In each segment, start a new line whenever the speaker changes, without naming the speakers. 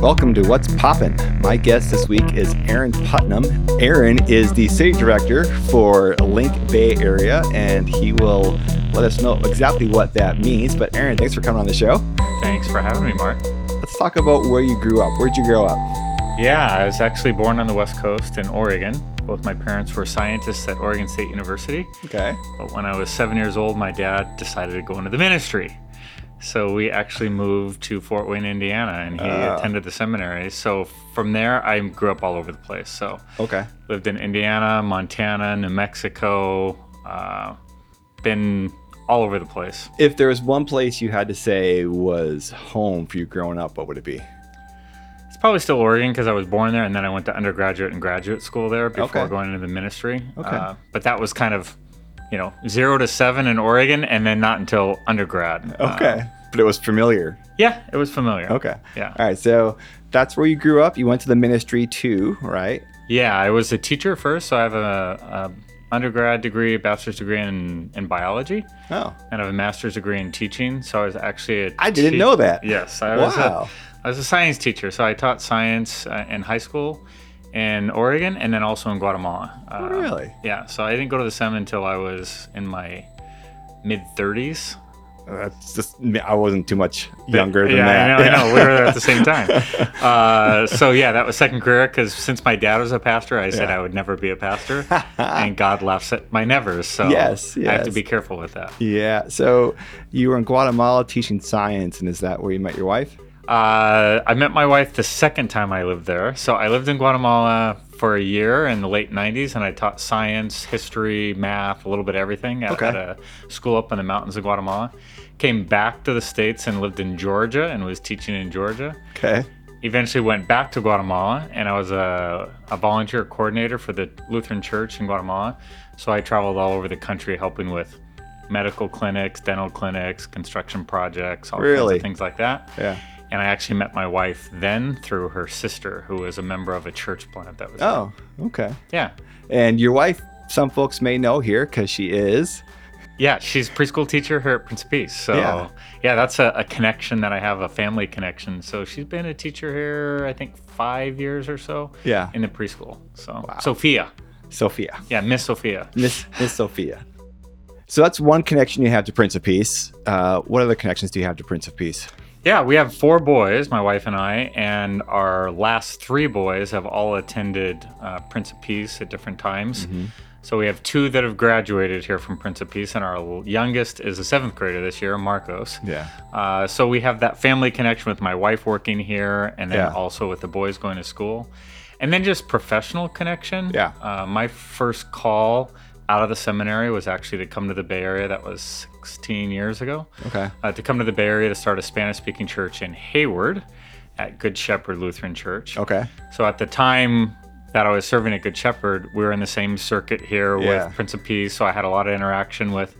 Welcome to What's Poppin'. My guest this week is Aaron Putnam. Aaron is the city director for Link Bay Area, and he will let us know exactly what that means. But Aaron, thanks for coming on the show.
Thanks for having me, Mark.
Let's talk about where you grew up. Where'd you grow up?
Yeah, I was actually born on the West Coast in Oregon. Both my parents were scientists at Oregon State University.
Okay.
But when I was seven years old, my dad decided to go into the ministry. So we actually moved to Fort Wayne, Indiana, and he
Ah.
attended the seminary. So from there, I grew up all over the place. So
Okay.
lived in Indiana, Montana, New Mexico, uh, been all over the place.
If there was one place you had to say was home for you growing up, what would it be?
It's probably still Oregon because I was born there, and then I went to undergraduate and graduate school there before
Okay.
going into the ministry. Uh,
Okay.
but that was kind of, you know, zero to seven in Oregon, and then not until undergrad. Uh,
but it was familiar.
yeah, it was familiar.
Okay.
Yeah.
All right. So that's where you grew up. You went to the ministry too, right?
Yeah, I was a teacher first, so I have a, a undergrad degree, a bachelor's degree in, in biology,
Oh,
and I have a master's degree in teaching. So I was actually a
I didn't
tea-
know that.
Yes, I was a
Wow.
I was a science teacher, so I taught science uh, in high school in Oregon and then also in Guatemala. Uh,
Really?
Yeah. So I didn't go to the SEM until I was in my mid 30s.
That's just I wasn't too much younger than
yeah,
that.
I know, I know. We were there at the same time. Uh, so yeah, that was second career because since my dad was a pastor, I said
Yeah.
I would never be a pastor, and God laughs at my nevers. So
Yes,
I have to
yes.
be careful with that.
Yeah. So you were in Guatemala teaching science, and is that where you met your wife?
Uh, I met my wife the second time I lived there. So I lived in Guatemala for a year in the late 90s, and I taught science, history, math, a little bit of everything at,
Okay.
at a school up in the mountains of Guatemala. Came back to the States and lived in Georgia and was teaching in Georgia.
Okay.
Eventually went back to Guatemala, and I was a, a volunteer coordinator for the Lutheran Church in Guatemala. So I traveled all over the country helping with medical clinics, dental clinics, construction projects, all kinds
Really?
of things like that.
Yeah.
And I actually met my wife then through her sister, who was a member of a church plant that was.
Oh, okay.
Yeah.
And your wife, some folks may know here because she is.
Yeah, she's a preschool teacher here at Prince of Peace. So,
Yeah.
yeah, that's a, a connection that I have, a family connection. So, she's been a teacher here, I think, five years or so
Yeah.
in the preschool. So, Sophia.
Sophia.
Yeah, Miss Sophia.
Miss Miss Sophia. So that's one connection you have to Prince of Peace. Uh, what other connections do you have to Prince of Peace?
Yeah, we have four boys, my wife and I, and our last three boys have all attended uh, Prince of Peace at different times.
Mm-hmm.
So we have two that have graduated here from Prince of Peace, and our youngest is a seventh grader this year, Marcos.
Yeah.
Uh, so we have that family connection with my wife working here, and then
Yeah.
also with the boys going to school, and then just professional connection.
Yeah.
Uh, my first call out of the seminary was actually to come to the Bay Area. That was 16 years ago
Okay.
uh, to come to the Bay Area to start a Spanish speaking church in Hayward at Good Shepherd Lutheran Church.
Okay.
So at the time that I was serving at Good Shepherd, we were in the same circuit here
Yeah.
with Prince of Peace. So I had a lot of interaction with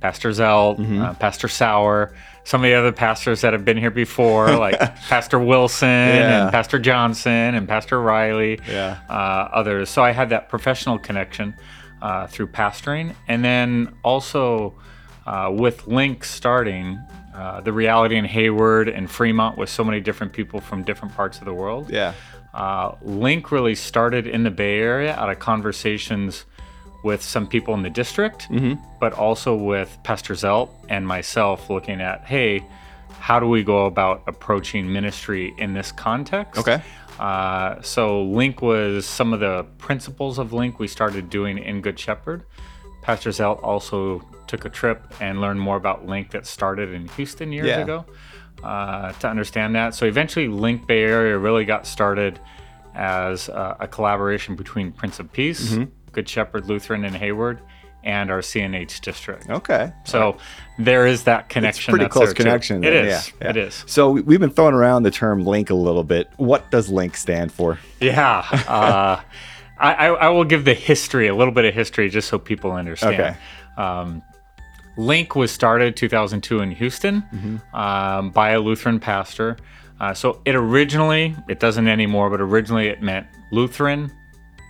Pastor Zell,
Mm-hmm.
uh, Pastor Sauer, some of the other pastors that have been here before, like Pastor Wilson
Yeah.
and Pastor Johnson and Pastor Riley,
Yeah.
uh, others. So I had that professional connection uh, through pastoring. And then also uh, with Link starting, uh, the reality in Hayward and Fremont with so many different people from different parts of the world.
Yeah.
Uh, Link really started in the Bay Area out of conversations with some people in the district, but also with Pastor Zelt and myself looking at, hey, how do we go about approaching ministry in this context?
Okay.
Uh, so Link was some of the principles of Link we started doing in Good Shepherd. Pastor Zelt also took a trip and learned more about Link that started in Houston years
Yeah.
ago uh, to understand that. So eventually, Link Bay Area really got started as uh, a collaboration between Prince of Peace,
Mm-hmm.
Good Shepherd Lutheran and Hayward, and our CNH district.
Okay.
So there is that connection.
pretty
that's
close
there, too.
connection.
It
then,
is.
yeah, yeah.
It is.
So we- we've been throwing around the term link a little bit. What does link stand for?
Yeah. Uh, I, I I will give the history, a little bit of history, just so people understand.
Okay.
Um, Link was started 2002 in Houston
Mm-hmm.
um, by a Lutheran pastor. Uh, so it originally, it doesn't anymore, but originally it meant Lutheran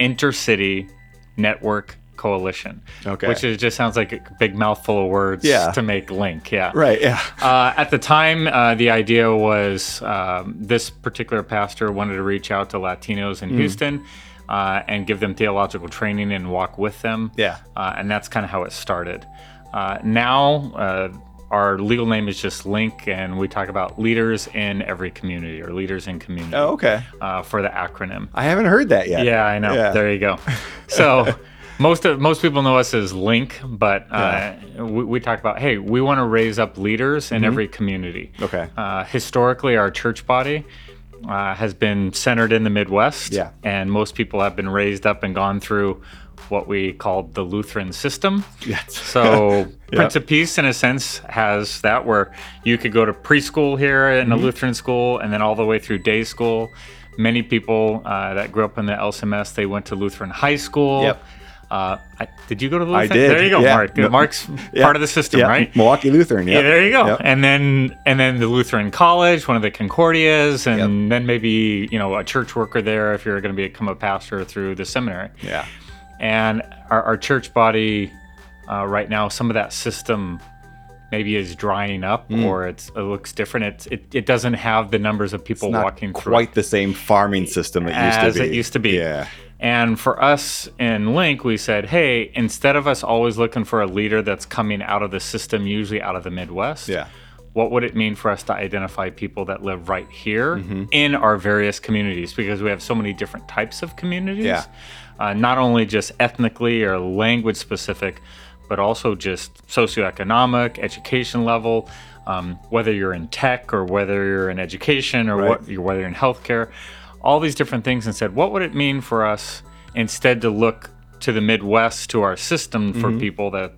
Intercity Network Coalition,
Okay.
which is, just sounds like a big mouthful of words
Yeah.
to make Link. Yeah.
Right. Yeah.
Uh, at the time, uh, the idea was um, this particular pastor wanted to reach out to Latinos
Mm.
in Houston uh, and give them theological training and walk with them.
Yeah.
Uh, and that's kind of how it started. Uh, now, uh, our legal name is just Link, and we talk about leaders in every community or leaders in community
Oh, okay.
uh, for the acronym.
I haven't heard that yet.
Yeah, I know.
Yeah.
There you go. So most of most people know us as Link, but uh, we, we talk about hey, we want to raise up leaders in every community.
Mm-hmm. Okay.
Uh, historically, our church body. Uh, has been centered in the Midwest,
Yeah.
and most people have been raised up and gone through what we call the Lutheran system.
Yes.
So Prince of Peace, in a sense, has that where you could go to preschool here in
Mm-hmm.
a Lutheran school, and then all the way through day school. Many people uh, that grew up in the LCMS, they went to Lutheran high school.
Yep.
Uh, I, did you go to Lutheran?
did,
There you go,
yeah.
Mark.
No-
Mark's
Yeah.
part of the system,
Yeah.
right?
Milwaukee Lutheran. Yep.
Yeah, there you go.
Yep.
And then and then the Lutheran College, one of the Concordias, and then maybe you know a church worker there if you're going to become a pastor through the seminary
Yeah.
and our, our church body uh, right now some of that system maybe is drying up
Hmm.
or it's, it looks different it's, it, it doesn't have the numbers of people
Not
walking through it
quite the same farming system it used to
as
be.
it used to be
Yeah.
and for us in link we said hey instead of us always looking for a leader that's coming out of the system usually out of the midwest
Yeah.
what would it mean for us to identify people that live right here
Mm-hmm.
in our various communities because we have so many different types of communities
Yeah.
uh, not only just ethnically or language specific but also just socioeconomic education level um, whether you're in tech or whether you're in education or what, you're, whether you're in healthcare all these different things and said what would it mean for us instead to look to the midwest to our system for
Mm-hmm.
people that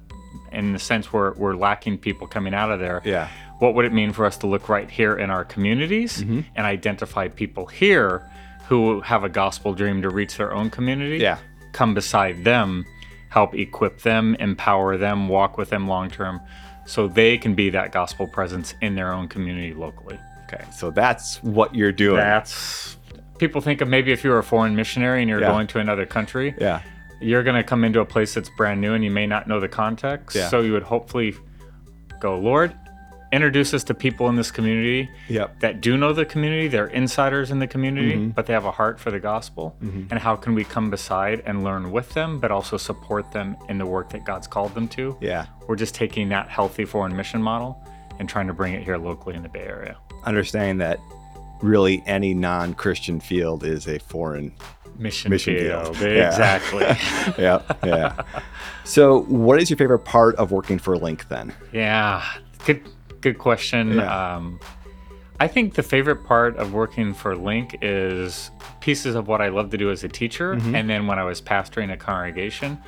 in the sense we're, we're lacking people coming out of there
Yeah.
what would it mean for us to look right here in our communities
Mm-hmm.
and identify people here who have a gospel dream to reach their own community
Yeah.
come beside them help equip them empower them walk with them long term so they can be that gospel presence in their own community locally
Okay. So that's what you're doing.
that's people think of maybe if you're a foreign missionary and you're
Yeah.
going to another country
yeah.
you're going to come into a place that's brand new and you may not know the context.
Yeah.
So you would hopefully go, Lord, introduce us to people in this community
Yep.
that do know the community. They're insiders in the community,
Mm-hmm.
but they have a heart for the gospel. And how can we come beside and learn with them, but also support them in the work that God's called them to?
Yeah.
We're just taking that healthy foreign mission model and trying to bring it here locally in the Bay Area.
Understanding that really any non-Christian field is a foreign
Mission,
Mission
field.
field. Yeah.
Exactly.
yeah, yeah. So, what is your favorite part of working for Link then?
Yeah, good good question.
Yeah.
Um, I think the favorite part of working for Link is pieces of what I love to do as a teacher,
Mm-hmm.
and then when I was pastoring a congregation,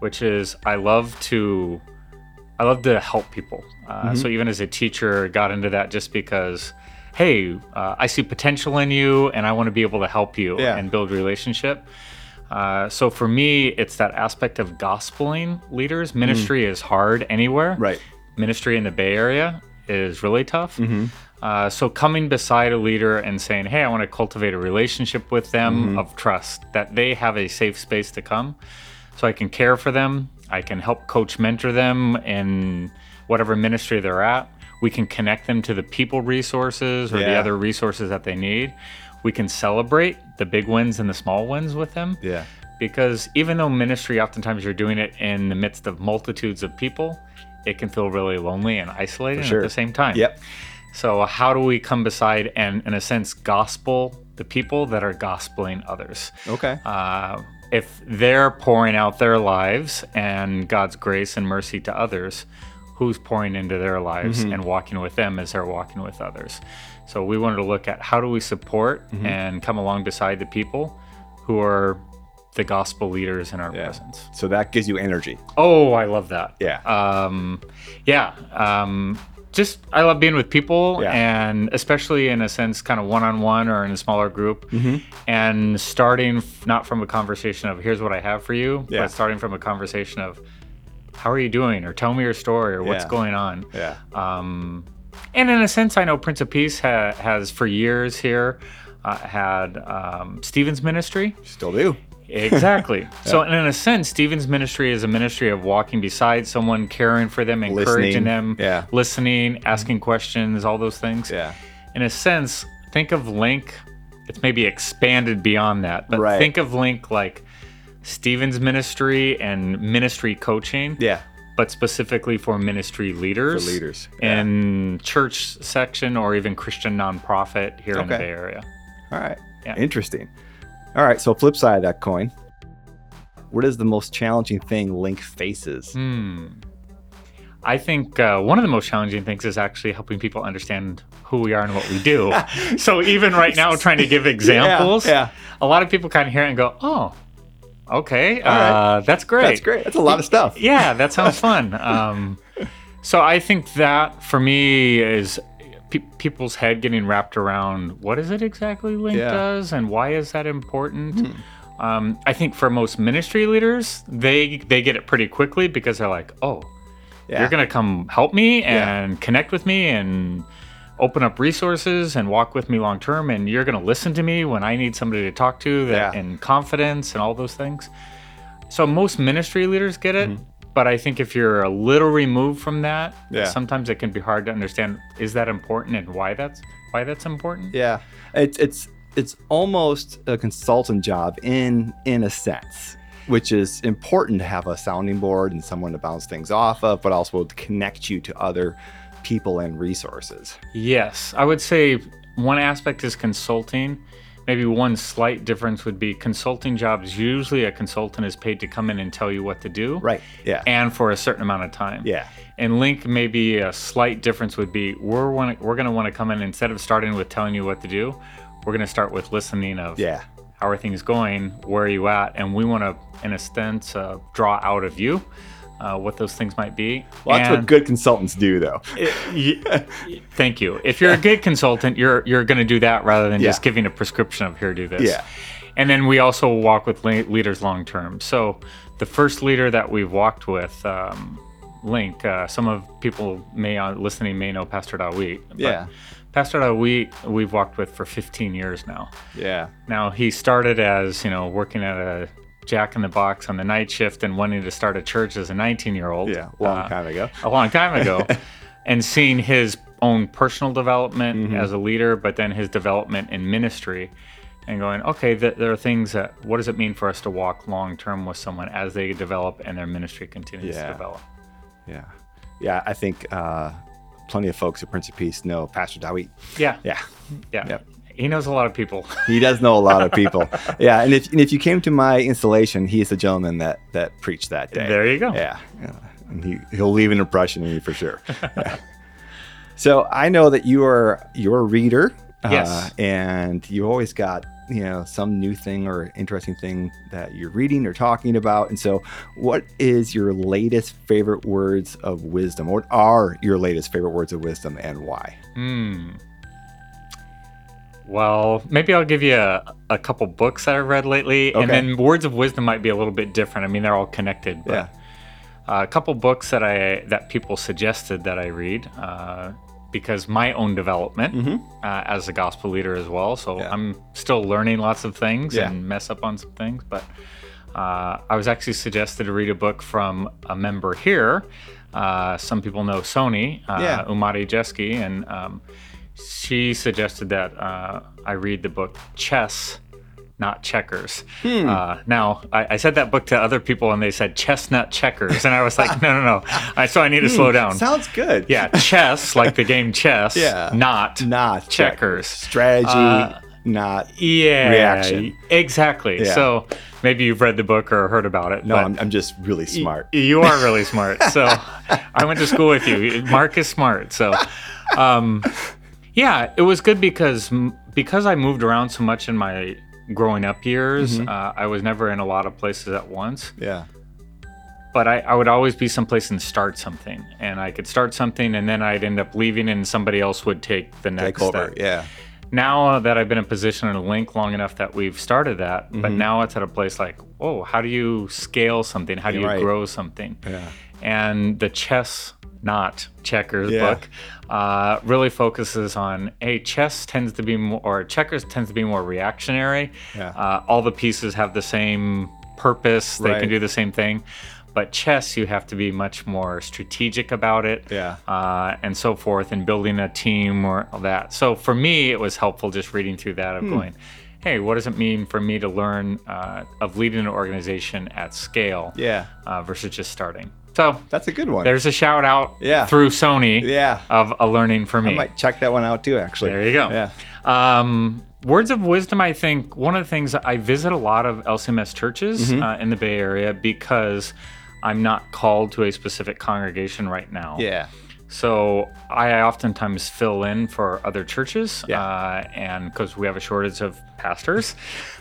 which is I love to I love to help people. Uh,
Mm-hmm.
So even as a teacher, got into that just because. Hey, uh, I see potential in you, and I want to be able to help you
Yeah.
and build relationship. Uh, so for me, it's that aspect of gospeling leaders. Ministry is hard anywhere.
Mm. Right.
Ministry in the Bay Area is really tough.
Mm-hmm.
Uh, so coming beside a leader and saying, "Hey, I want to cultivate a relationship with them
Mm-hmm.
of trust that they have a safe space to come, so I can care for them. I can help coach, mentor them in whatever ministry they're at. We can connect them to the people resources or the
Yeah.
other resources that they need. We can celebrate the big wins and the small wins with them."
Yeah.
because even though ministry oftentimes you're doing it in the midst of multitudes of people it can feel really lonely and isolated
sure.
at the same time
Yep.
so how do we come beside and in a sense gospel the people that are gospeling others
Okay.
uh, if they're pouring out their lives and god's grace and mercy to others who's pouring into their lives
Mm-hmm.
and walking with them as they're walking with others so we wanted to look at how do we support
Mm-hmm.
and come along beside the people who are the gospel leaders in our
Yeah.
presence
So that gives you energy.
oh i love that
Yeah.
um, yeah, um, just I love being with people,
Yeah.
and especially in a sense, kind of one on one or in a smaller group,
Mm-hmm.
and starting f- not from a conversation of "here's what I have for you,"
Yeah.
but starting from a conversation of "how are you doing?" or "tell me your story" or "what's
Yeah.
going on."
yeah.
Um, and in a sense, I know Prince of Peace ha- has for years here uh, had um, Stephen's ministry
Still do.
Exactly. So, and in a sense, Stephen's ministry is a ministry of walking beside someone, caring for them, encouraging
Listening.
them,
Yeah.
listening, asking questions, all those things.
Yeah.
In a sense, think of Link, it's maybe expanded beyond that, but
Right.
think of Link like Stephen's ministry and ministry coaching,
Yeah.
but specifically for ministry leaders.
leaders, yeah.
And church section or even Christian nonprofit here in the
Okay.
Bay Area.
All right.
Yeah.
Interesting. All right. So, flip side of that coin. What is the most challenging thing Link faces?
Hmm. I think uh, one of the most challenging things is actually helping people understand who we are and what we do. so even right now, trying to give examples,
yeah.
a lot of people kind of hear it and go, "Oh, okay, uh,
right.
that's great,
That's great. That's a lot of stuff.
yeah, that sounds fun." Um, so I think that for me is pe- people's head getting wrapped around what is it exactly Link
Yeah. Hmm.
does and why is that important. Um, I think for most ministry leaders, they they get it pretty quickly because they're like, "Oh."
Yeah.
you're going to come help me
Yeah.
and connect with me and open up resources and walk with me long term and you're going to listen to me when i need somebody to talk to that
Yeah.
and confidence and all those things so most ministry leaders get it
Mm-hmm.
but i think if you're a little removed from that
Yeah.
sometimes it can be hard to understand is that important and why that's why that's important
Yeah, it's it's it's almost a consultant job in in a sense, which is important to have a sounding board and someone to bounce things off of, but also to connect you to other people and resources.
Yes, I would say one aspect is consulting. Maybe one slight difference would be consulting jobs. Usually, a consultant is paid to come in and tell you what to do,
Right. Yeah.
And for a certain amount of time.
yeah.
And Link, maybe a slight difference would be we're wanna, we're going to want to come in instead of starting with telling you what to do, we're going to start with listening of
Yeah.
how are things going, where are you at, and we want to, in a sense, uh, draw out of you uh, what those things might be.
Well, that's
And-
what good consultants do, though.
Y- y- Thank you. If you're a good consultant, you're you're going to do that rather than just
Yeah.
giving a prescription of here do this.
Yeah.
And then we also walk with le- leaders long term. So the first leader that we've walked with, um, Link. Uh, some of people may uh, listening may know Pastor Dawi. but
Yeah.
Pastor Dawi, we've walked with for 15 years now.
Yeah.
Now he started as you know working at a Jack in the Box on the night shift and wanting to start a church as a 19 year old
Yeah. Long
Uh,
time ago.
a long time ago and seeing his own personal development
Mm-hmm.
as a leader, but then his development in ministry and going, okay, th- there are things that, what does it mean for us to walk long term with someone as they develop and their ministry continues
Yeah.
to develop?
Yeah. Yeah. I think uh, plenty of folks at Prince of Peace know Pastor Dawit.
Yeah.
Yeah.
Yeah.
Yep.
He knows a lot of people.
He does know a lot of people. Yeah, and if and if you came to my installation, he is the gentleman that that preached that day.
There you go.
Yeah, yeah. and he he'll leave an impression in you for sure. Yeah. so I know that you are you're a reader. uh,
Yes.
and you always got you know some new thing or interesting thing that you're reading or talking about. And so, what is your latest favorite words of wisdom? What are your latest favorite words of wisdom, and why?
Hmm. Well, maybe I'll give you a, a couple books that I've read lately, and
Okay.
then words of wisdom might be a little bit different. I mean, they're all connected. But Uh, a couple books that I that people suggested that I read uh, because my own development uh, as a gospel leader as well. So
Mm-hmm. Yeah.
I'm still learning lots of things
Yeah.
and mess up on some things. But uh, I was actually suggested to read a book from a member here. Uh, some people know Sony uh,
Yeah.
Umari Jeski, and um, she suggested that uh, I read the book Chess. Not checkers.
Hmm.
Uh, now, I, I said that book to other people and they said chestnut checkers. And I was like, no, no, no. I, so I need to slow down.
Hmm. sounds good.
yeah, chess, like the game chess,
Yeah.
not.
not
Checkers.
strategy
Uh,
not
yeah,
Reaction.
Exactly.
Yeah.
So maybe you've read the book or heard about it.
no
but
I'm, I'm just really smart
Y- You are really smart. So I went to school with you. Mark is smart. So, um, yeah, it was good because because I moved around so much in my growing up years.
Mm-hmm.
Uh, I was never in a lot of places at once,
yeah
but I, I would always be someplace and start something, and I could start something, and then I'd end up leaving, and somebody else would take the next
take over
step
yeah
now that I've been in position in a link long enough that we've started that, but
Mm-hmm.
now it's at a place like, oh, how do you scale something? How do you
Right.
grow something?
Yeah.
And the chess not checkers
Yeah.
book uh, really focuses on hey chess tends to be more or checkers tends to be more reactionary
Yeah.
uh, all the pieces have the same purpose they
Right.
can do the same thing but chess you have to be much more strategic about it
Yeah.
uh, and so forth and building a team or all that so for me it was helpful just reading through that
Hmm.
of going hey what does it mean for me to learn uh, of leading an organization at scale
Yeah.
uh, versus just starting so
That's a good one.
there's a shout out
Yeah.
through Sony
yeah.
of a learning for
I
me.
might check that one out too, actually.
There you go.
Yeah.
Um, words of wisdom, I think one of the things I visit a lot of LCMS churches
Mm-hmm.
uh, in the Bay Area because I'm not called to a specific congregation right now.
Yeah.
So I oftentimes fill in for other churches,
Yeah.
uh, and because we have a shortage of pastors,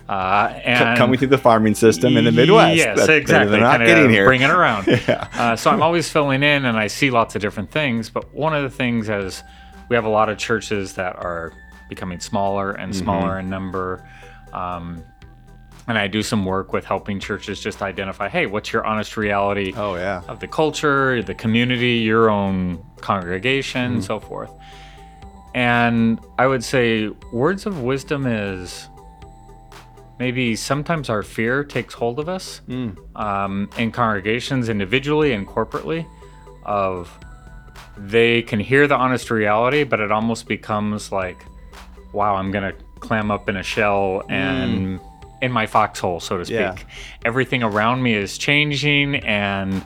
uh, and
Coming through the farming system in the Midwest.
Yes,
That- that
exactly.
They're not
Kinda
getting here.
Bring it around. uh, so I'm always filling in, and I see lots of different things. But one of the things is we have a lot of churches that are becoming smaller and
Mm-hmm.
smaller in number. Um, and I do some work with helping churches just identify, hey, what's your honest reality
oh yeah.
of the culture, the community, your own congregation, so forth. And I would say words of wisdom is maybe sometimes our fear takes hold of us um, in congregations individually and corporately of they can hear the honest reality, but it almost becomes like, wow, I'm going to clam up in a shell and in my foxhole, so to speak.
Yeah.
Everything around me is changing and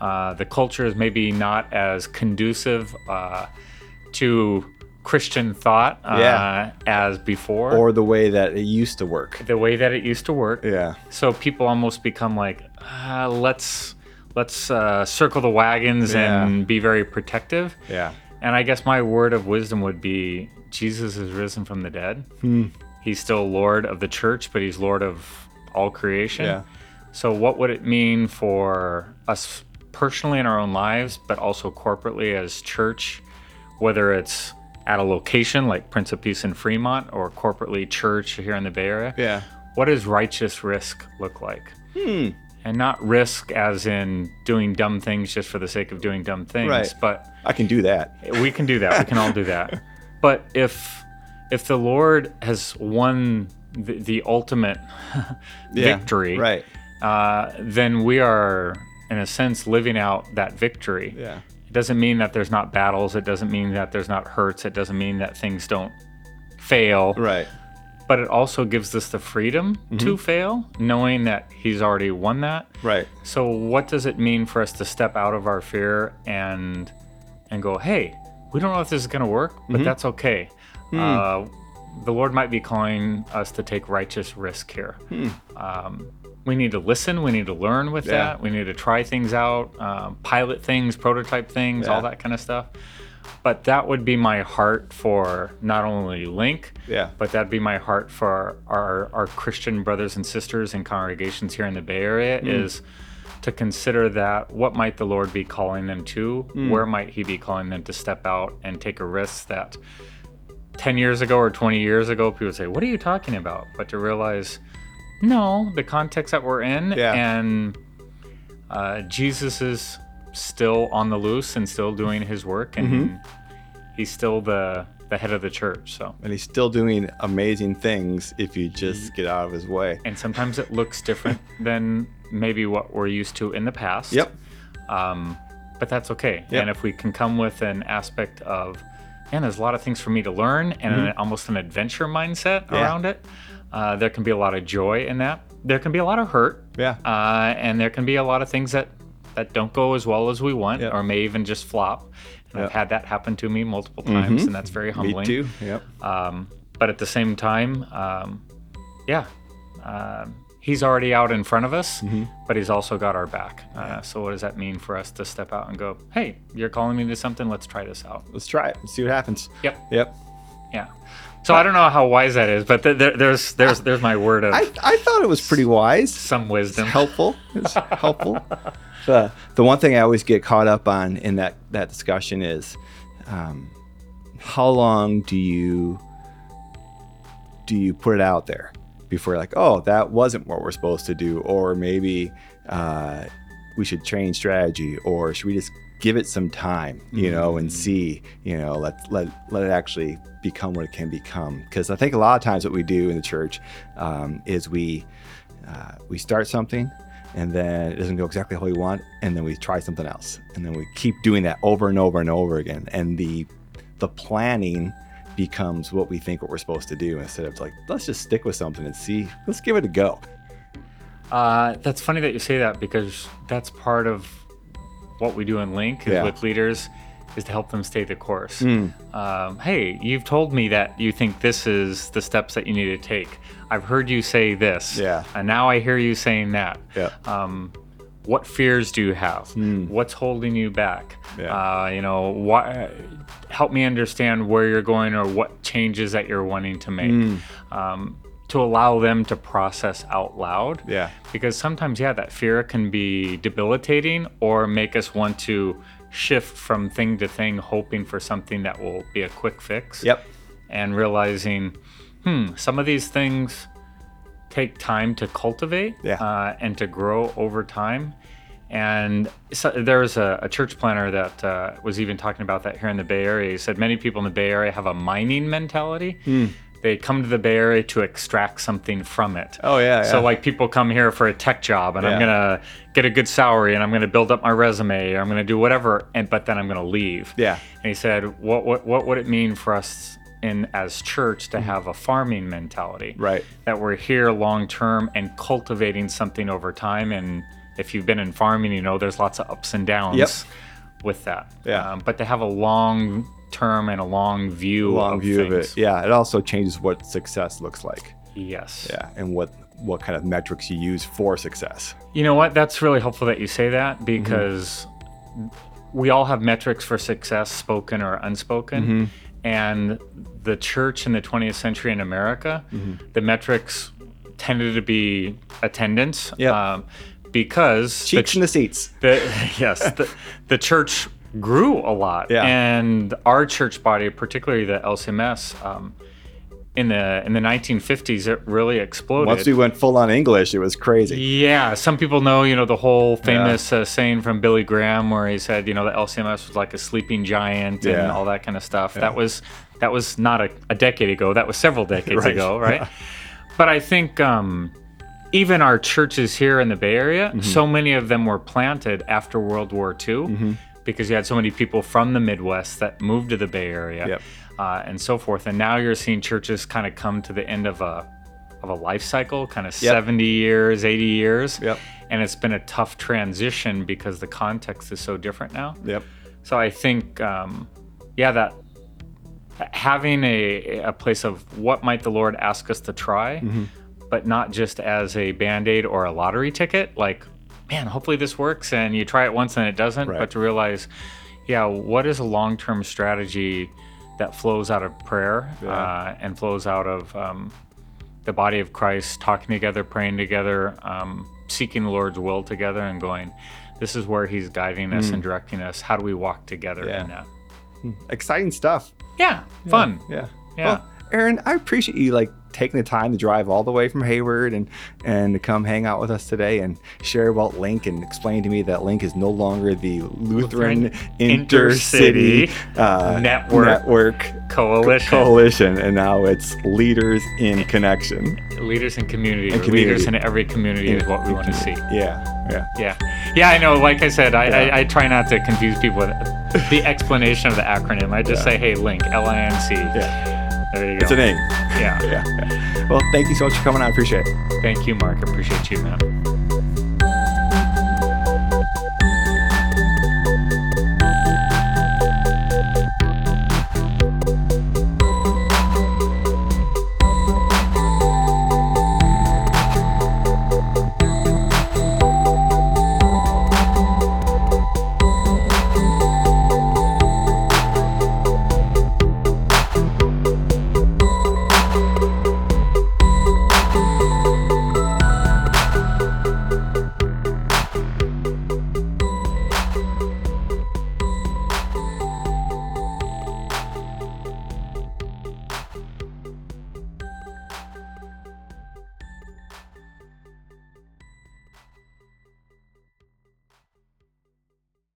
uh, the culture is maybe not as conducive uh, to Christian thought uh,
Yeah.
as before
Or the way that it used to work.
the way that it used to work.
Yeah.
So people almost become like, uh, let's let's uh, circle the wagons
Yeah.
and be very protective.
Yeah.
And I guess my word of wisdom would be Jesus is risen from the dead.
Hmm.
He's still Lord of the church, but he's Lord of all creation.
Yeah.
So, what would it mean for us personally in our own lives, but also corporately as church, whether it's at a location like Prince of Peace in Fremont or corporately church here in the Bay Area?
Yeah.
what does righteous risk look like?
Hmm.
And not risk as in doing dumb things just for the sake of doing dumb things,
Right.
but
I can do that.
we can do that. we can all do that. But if if the Lord has won the, the ultimate
Yeah.
victory,
Right.
uh, then we are in a sense living out that victory.
Yeah.
It doesn't mean that there's not battles. It doesn't mean that there's not hurts. It doesn't mean that things don't fail
Right. Mm-hmm.
but it also gives us the freedom to fail, knowing that he's already won that.
Right.
So what does it mean for us to step out of our fear and and go, hey, we don't know if this is gonna work,
Mm-hmm.
but that's okay.
Hmm.
Uh, the Lord might be calling us to take righteous risk here. Um, we need to listen. We need to learn with
Hmm. Yeah.
that. We need to try things out, um, pilot things, prototype things, all
Yeah.
that kind of stuff. But that would be my heart for not only Link,
Yeah.
but that'd be my heart for our, our Christian brothers and sisters and congregations here in the Bay Area
Mm.
is to consider that what might the Lord be calling them to?
Mm.
Where might He be calling them to step out and take a risk that 10 years ago or 20 years ago, people would say, What are you talking about? But to realize, no, the context that we're in
Yeah.
and uh, Jesus is still on the loose and still doing His work and
Mm-hmm.
He's still the, the head of the church. So.
And he's still doing amazing things if you just get out of his way.
and sometimes it looks different than maybe what we're used to in the past.
Yep.
Um, but that's okay.
Yep.
And if we can come with an aspect of, man, there's a lot of things for me to learn and an, almost an adventure mindset
Mm-hmm. Yeah.
around it, uh, there can be a lot of joy in that. There can be a lot of hurt.
Yeah.
Uh, and there can be a lot of things that, that don't go as well as we want
Yep.
or may even just flop. And I've had that happen to me multiple times, and that's very humbling.
Mm-hmm. Me too. Yep.
Um, but at the same time, um, yeah, um, he's already out in front of us, but he's also got our back. Uh, So, what does that mean for us to step out and go, hey, you're calling me to something? Let's try this out.
Let's try it and see what happens.
Yep.
Yep.
Yeah. So, I don't know how wise that is, but th- there, there's, there's, there's my word of
I, I thought it was pretty wise.
some wisdom.
Helpful. It's helpful. The, the one thing I always get caught up on in that, that discussion is um, how long do you do you put it out there before you're like, oh, that wasn't what we're supposed to do, or maybe uh, we should change strategy, or should we just give it some time, you know, and see, you know, let let let it actually become what it can become. Because I think a lot of times what we do in the church um, is we uh, we start something, and then it doesn't go exactly how we want, and then we try something else, and then we keep doing that over and over and over again, and the the planning becomes what we think what we're supposed to do instead of like let's just stick with something and see let's give it a go
Uh, that's funny that you say that because that's part of what we do in Link is
Yeah. Hmm.
with leaders is to help them stay the course. Um, hey, you've told me that you think this is the steps that you need to take. I've heard you say this,
Yeah.
and now I hear you saying that.
yeah Hmm.
Um, what fears do you have? What's holding you back?
Yeah.
Uh, you know, why? Help me understand where you're going or what changes that you're wanting to make.
Hmm.
Um, to allow them to process out loud
yeah
because sometimes yeah that fear can be debilitating or make us want to shift from thing to thing hoping for something that will be a quick fix
yep
and realizing hmm some of these things take time to cultivate
Yeah.
uh, and to grow over time and so there's a, a church planner that uh, was even talking about that here in the Bay Area. He said many people in the Bay Area have a mining mentality.
Hmm.
They come to the Bay Area to extract something from it.
oh yeah,
So
yeah.
like people come here for a tech job and I'm
Yeah.
gonna get a good salary and I'm gonna build up my resume or I'm gonna do whatever and but then I'm gonna leave.
yeah
And he said, what what what would it mean for us in as church to have a farming mentality?
right
That we're here long term and cultivating something over time and if you've been in farming, you know there's lots of ups and downs
Yep.
with that. Um,
Yeah.
but to have a long term and a long view
long
of
view of it
things.
yeah it also changes what success looks like
Yes.
yeah and what what kind of metrics you use for success
You know what? That's really helpful that you say
Mm-hmm.
that because we all have metrics for success, spoken or unspoken.
Mm-hmm.
And the church in the 20th century in America,
Mm-hmm.
the metrics tended to be attendance.
Yep.
Um, because the
cheeks in the seats
the yes the, the church grew a lot
Yeah.
and our church body particularly the lcms um, in the in the 1950s it really exploded
once we went full on english it was crazy
yeah, some people know, you know, the whole famous uh, saying from Billy Graham where he said, you know, the LCMS was like a sleeping giant and
Yeah.
all that kind of stuff. That was that was not a, a decade ago. That was several decades
Right.
ago, right? but I think um, even our churches here in the Bay Area,
Mm-hmm.
so many of them were planted after World War II
Mm-hmm.
because you had so many people from the Midwest that moved to the Bay Area
Yep.
uh, and so forth. And now you're seeing churches kind of come to the end of a of a life cycle, kind of
Yep.
70 years, 80 years.
Yep.
And it's been a tough transition because the context is so different now.
yep
So I think, um, yeah, that having a, a place of what might the Lord ask us to try,
Mm-hmm.
but not just as a band aid or a lottery ticket, like, man, hopefully this works. And you try it once and it doesn't,
Right.
but to realize, yeah, what is a long term strategy that flows out of prayer uh, and flows out of um, the body of Christ talking together, praying together, um, seeking the Lord's will together, and going, this is where He's guiding us and directing us. How do we walk together
Mm. Yeah.
in that?
exciting stuff
Yeah, fun.
Yeah.
Yeah.
Well, Aaron, I appreciate you like taking the time to drive all the way from Hayward and and to come hang out with us today and share about Link and explain to me that Link is no longer the Lutheran,
Lutheran
Intercity,
Intercity
uh,
Network.
network
Coalition,
coalition, and now it's Leaders in Connection.
leaders in community, or
community.
leaders in every community is what we want to see.
Yeah. Yeah.
Yeah, yeah, I know. Like I said, I,
Yeah.
I, I try not to confuse people with the explanation of the acronym. I just say, hey, Link, L I N C.
Yeah.
There you go.
It's a name.
Yeah.
Yeah. yeah. Well, thank you so much for coming. I appreciate it.
Thank you, Mark. Appreciate you, man.